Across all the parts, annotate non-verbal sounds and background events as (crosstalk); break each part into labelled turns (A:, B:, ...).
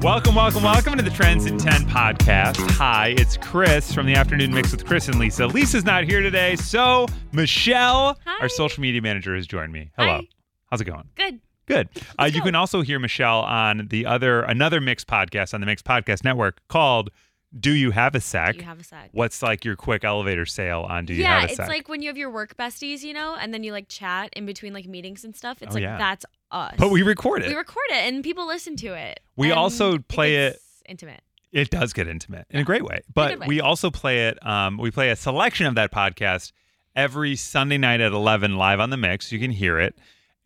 A: Welcome, welcome, welcome to the Trends in 10 podcast. Hi, it's Chris from the Afternoon Mix with Chris and Lisa. Lisa's not here today, so Michelle,
B: Hi.
A: our social media manager, has joined me. Hello.
B: Hi.
A: How's it going?
B: Good.
A: Good. Uh, you
B: go.
A: can also hear Michelle on the other another Mix podcast on the Mix Podcast Network called Do You Have a Sec?
B: Do you have a sec?
A: What's like your quick elevator sale on Do You
B: yeah,
A: Have a
B: it's
A: Sec?
B: like when you have your work besties, you know, and then you like chat in between like meetings and stuff. It's
A: Oh,
B: like
A: yeah.
B: that's us.
A: but we record it.
B: we record it and people listen to it.
A: We
B: and
A: also play it-
B: gets Intimate.
A: It does get intimate in a great way. But
B: good way.
A: we also play it, um, we play a selection of that podcast every Sunday night at 11 live on the mix. You can hear it.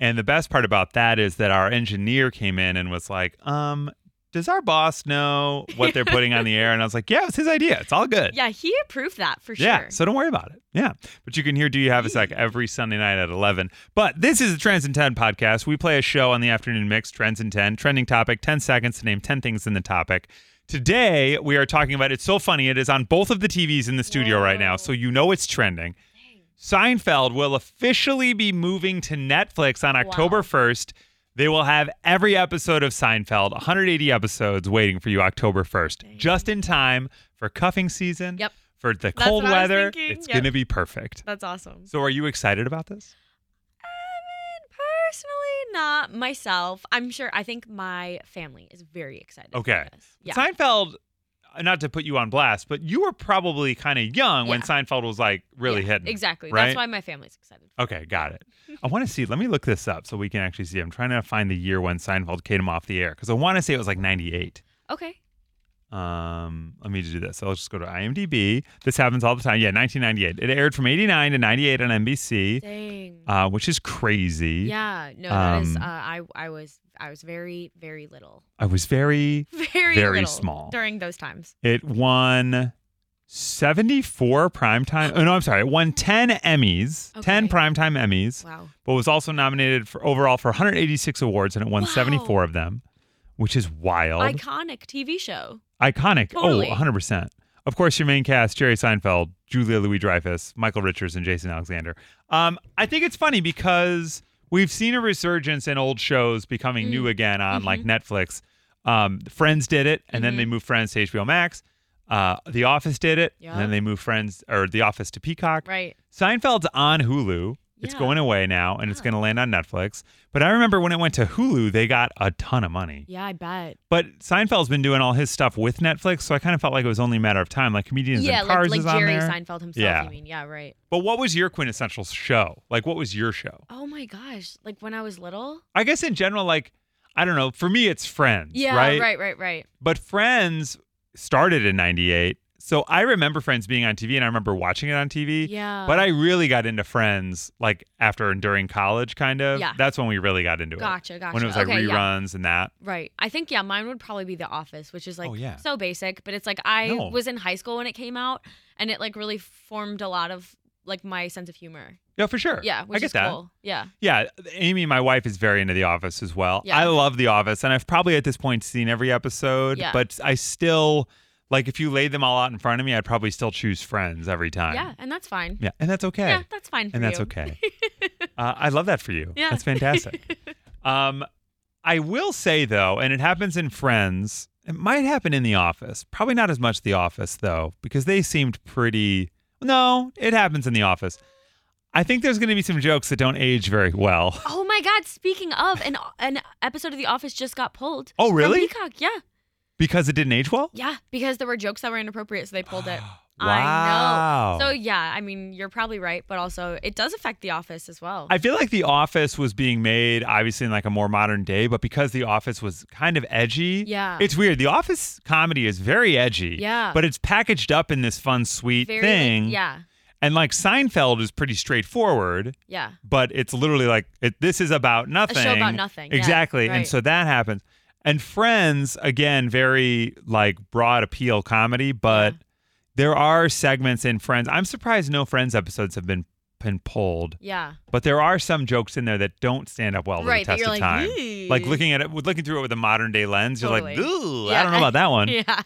A: And the best part about that is that our engineer came in and was like, um, does our boss know what they're putting on the air? And I was like, yeah, it's his idea. It's all good.
B: Yeah, he approved that for
A: Yeah,
B: sure.
A: so don't worry about it. Yeah. But you can hear Do You Have a Sec every Sunday night at 11. But this is the Trends in 10 podcast. We play a show on the afternoon mix, Trends in 10, trending topic, 10 seconds to name 10 things in the topic. Today, we are talking about it's so funny. It is on both of the TVs in the studio right now,
B: Whoa.
A: so you know it's trending. Seinfeld will officially be moving to Netflix on October 1st. They will have every episode of Seinfeld, 180 episodes, waiting for you October 1st, just in time for cuffing season.
B: Yep.
A: For the
B: That's
A: cold
B: what I was
A: weather,
B: thinking.
A: it's
B: Yep.
A: going to be perfect.
B: That's awesome.
A: So, are you excited about this?
B: Personally, not myself. I'm sure. I think my family is very excited. for
A: Okay.
B: this. Yeah.
A: Seinfeld, not to put you on blast, but you were probably kind of young when
B: Yeah.
A: Seinfeld was like really
B: Yeah,
A: hitting.
B: Exactly.
A: right?
B: That's why my family's excited.
A: Okay, got
B: (laughs)
A: it. I want to see. Let me look this up so we can actually see. I'm trying to find the year when Seinfeld came off the air because I want to say it was like 98.
B: Okay.
A: Um, let me do this. I'll just go to IMDb. This happens all the time. Yeah, 1998. It aired from 89 to 98 on NBC,
B: Dang.
A: uh, which is crazy.
B: yeah. No, that is.
A: um,
B: Uh, I I was I was very very little. (laughs)
A: I was very.
B: very
A: Very
B: little
A: small.
B: during those times.
A: It won 74 primetime. Oh no, I'm sorry. It won 10 Emmys, 10
B: Okay.
A: primetime Emmys.
B: Wow.
A: but was also nominated for overall for 186 awards and it won
B: Wow.
A: 74 of them, which is wild.
B: Iconic TV show.
A: Iconic.
B: Totally.
A: Oh, 100%. Of course, your main cast Jerry Seinfeld, Julia Louis Dreyfus, Michael Richards, and Jason Alexander. Um, I think it's funny because we've seen a resurgence in old shows becoming
B: Mm.
A: new again on like
B: Mhm.
A: Netflix. Um, Friends did it, and then
B: Mhm.
A: they moved Friends to HBO Max. Uh, the Office did it, and then
B: Yeah.
A: they moved Friends or The Office to Peacock.
B: Right.
A: Seinfeld's on Hulu. It's
B: Yeah.
A: going away now and it's
B: Yeah.
A: going to land on Netflix. But I remember when it went to Hulu, they got a ton of money.
B: Yeah, I bet.
A: But Seinfeld's been doing all his stuff with Netflix, so I kind of felt like it was only a matter of time. Like comedians
B: yeah,
A: and cars
B: like,
A: is
B: like
A: on
B: Jerry
A: there.
B: Seinfeld himself.
A: Yeah.
B: You mean? Yeah. Right.
A: but what was your quintessential show? Like what was your show?
B: Oh my gosh! Like when I was little.
A: I guess in general like I don't know, for me it's Friends,
B: Yeah.
A: right?
B: Right. Right. right.
A: But Friends started in 98. So I remember Friends being on TV and I remember watching it on TV.
B: Yeah.
A: But I really got into Friends like after and during college, kind of.
B: Yeah.
A: That's when we really got into it.
B: Gotcha. Gotcha.
A: When it was like
B: okay, yeah.
A: reruns and that.
B: Right. I think yeah, mine would probably be The Office, which is like
A: Oh, yeah.
B: so basic, but it's like I
A: No.
B: was in high school when it came out and it like really formed a lot of like my sense of humor.
A: Yeah, for sure.
B: Yeah, which
A: I get
B: is
A: that.
B: cool. Yeah.
A: Yeah, Amy, my wife, is very into The Office as well.
B: Yeah.
A: I love The Office, and I've probably at this point seen every episode,
B: Yeah.
A: but I still like if you laid them all out in front of me, I'd probably still choose Friends every time.
B: Yeah, and that's fine.
A: Yeah, and that's okay.
B: Yeah, that's fine for
A: and that's
B: you. (laughs)
A: okay. uh, I love that for you.
B: Yeah.
A: That's fantastic.
B: (laughs)
A: Um, I will say though, and it happens in Friends. It might happen in The Office. Probably not as much The Office though, because they seemed pretty. No, it happens in The Office. I think there's going to be some jokes that don't age very well.
B: Oh my God! Speaking of, an an episode of The Office just got pulled.
A: Oh, really?
B: From Peacock, yeah,
A: Because it didn't age well.
B: yeah, because there were jokes that were inappropriate, so they
A: (gasps)
B: pulled it.
A: Wow.
B: I know. So yeah, I mean, you're probably right, but also it does affect The Office as well.
A: I feel like The Office was being made obviously in like a more modern day, but because The Office was kind of edgy,
B: Yeah.
A: it's weird. The Office comedy is very edgy,
B: Yeah.
A: but it's packaged up in this fun, sweet
B: Very, like-
A: thing,
B: yeah,
A: And like Seinfeld is pretty straightforward,
B: yeah.
A: but it's literally like it, this is about nothing.
B: about nothing, yeah,
A: Exactly. And
B: right.
A: so that happens. And Friends again very like broad appeal comedy, but
B: Yeah.
A: there are segments in Friends. I'm surprised no Friends episodes have been been pulled,
B: Yeah.
A: but there are some jokes in there that don't stand up well
B: Right,
A: to the
B: that
A: test
B: you're
A: of
B: like,
A: time. Like
B: "Ew."
A: looking at it, looking through it with a modern day lens, you're like,
B: Totally.
A: ooh, I
B: Yeah.
A: don't know about that one.
B: (laughs) Yeah.
A: All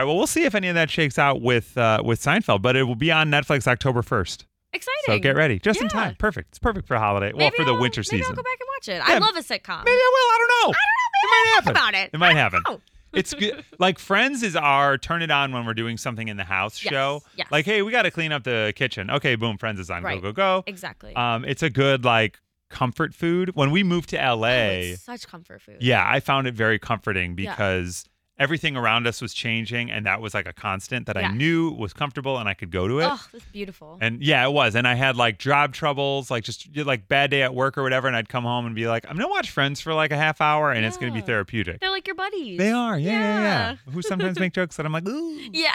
A: right, well, we'll see if any of that shakes out with uh, with Seinfeld, but it will be on Netflix October first.
B: Exciting.
A: So get ready, just in
B: Yeah.
A: time. Perfect. It's perfect for holiday. well,
B: Maybe
A: for the
B: I'll-
A: winter
B: maybe
A: season.
B: I'll go back and watch it.
A: Yeah.
B: I love a sitcom.
A: Maybe I will. I don't know.
B: I don't know. Maybe
A: It might
B: I'll
A: happen.
B: Think about it.
A: It might
B: I don't
A: happen.
B: know.
A: It's
B: (laughs)
A: good. like Friends is our turn it on when we're doing something in the house
B: Yes,
A: show.
B: yes.
A: Like, hey, we got to clean up the kitchen. Okay, boom, Friends is on.
B: Right.
A: Go, go, go.
B: Exactly. Oh,
A: Um, it's a good like comfort food. When we moved to LA,
B: Oh, it's such comfort food.
A: yeah, I found it very comforting
B: Yeah.
A: because everything around us was changing, and that was like a constant that I
B: Yes.
A: knew was comfortable, and I could go to it.
B: Oh, it's beautiful.
A: And yeah, it was. And I had like job troubles, like just you know, like bad day at work or whatever. And I'd come home and be like, I'm gonna watch Friends for like a half hour, and it's gonna be
B: Yeah.
A: therapeutic.
B: They're like your buddies.
A: They are, yeah, yeah, yeah. Who sometimes make jokes that I'm like, ooh,
B: (laughs) Yeah.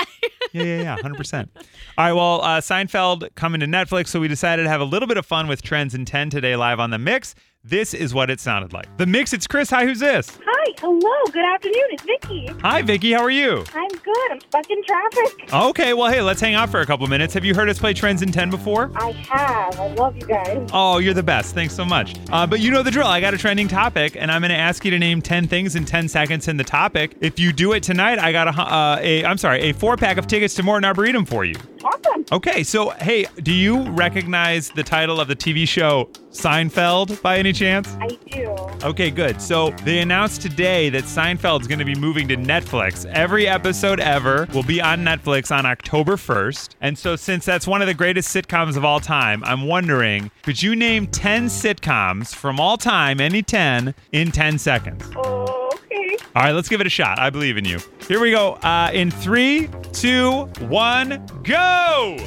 A: yeah, yeah, yeah, hundred percent. All right, well, uh, Seinfeld coming to Netflix, so we decided to have a little bit of fun with trends in ten today, live on the Mix. This is what it sounded like. The Mix. It's Chris. Hi, who's this?
C: Hi, hello, good afternoon. It's Vicky.
A: Hi, Vicky. How are you?
C: I'm good. I'm stuck in traffic.
A: Okay, well, hey, let's hang out for a couple minutes. Have you heard us play Trends in 10 before?
C: I have. I love you guys.
A: Oh, you're the best. Thanks so much. Uh, but you know the drill. I got a trending topic, and I'm going to ask you to name 10 things in 10 seconds in the topic. If you do it tonight, I got a, hu- uh, a I'm sorry, a four pack of tickets to Morton Arboretum for you.
C: Awesome.
A: Okay, so hey, do you recognize the title of the TV show Seinfeld by any chance?
C: I do.
A: Okay, good. So they announced today that Seinfeld's going to be moving to Netflix. Every episode ever will be on Netflix on October 1st. And so, since that's one of the greatest sitcoms of all time, I'm wondering could you name 10 sitcoms from all time, any 10, in 10 seconds?
C: Oh, okay.
A: All right, let's give it a shot. I believe in you. Here we go. Uh, in three, two, one, go!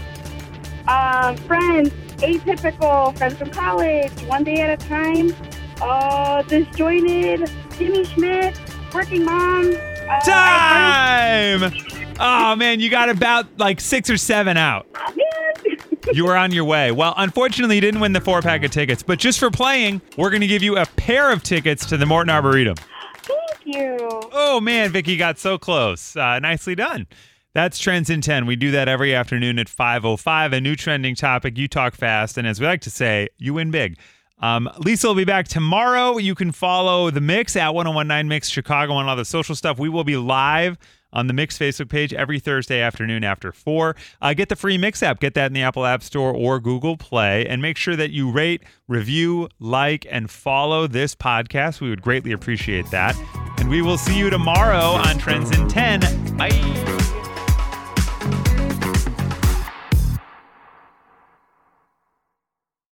C: Um, friends, atypical, friends from college, one day at a time, uh, disjointed, Jimmy Schmidt, working mom. Uh, I
A: Time! Oh, man, you got about like six or seven out.
C: found- Man. (laughs)
A: you were on your way. Well, unfortunately, you didn't win the four pack of tickets, but just for playing, we're going to give you a pair of tickets to the Morton Arboretum.
C: Thank you.
A: Oh, man, Vicky got so close. Uh, nicely done. That's Trends in 10. We do that every afternoon at 5.05. A new trending topic. You talk fast. And as we like to say, you win big. Um, Lisa will be back tomorrow. You can follow The Mix at 1019 Mix Chicago on all the social stuff. We will be live on the Mix Facebook page every Thursday afternoon after 4. Uh, get the free Mix app. Get that in the Apple App Store or Google Play. And make sure that you rate, review, like, and follow this podcast. We would greatly appreciate that. And we will see you tomorrow on Trends in 10. Bye.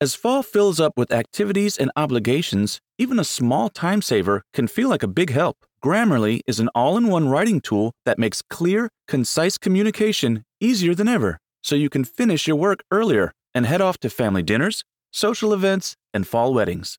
D: As fall fills up with activities and obligations, even a small time saver can feel like a big help. Grammarly is an all in one writing tool that makes clear, concise communication easier than ever, so you can finish your work earlier and head off to family dinners, social events, and fall weddings.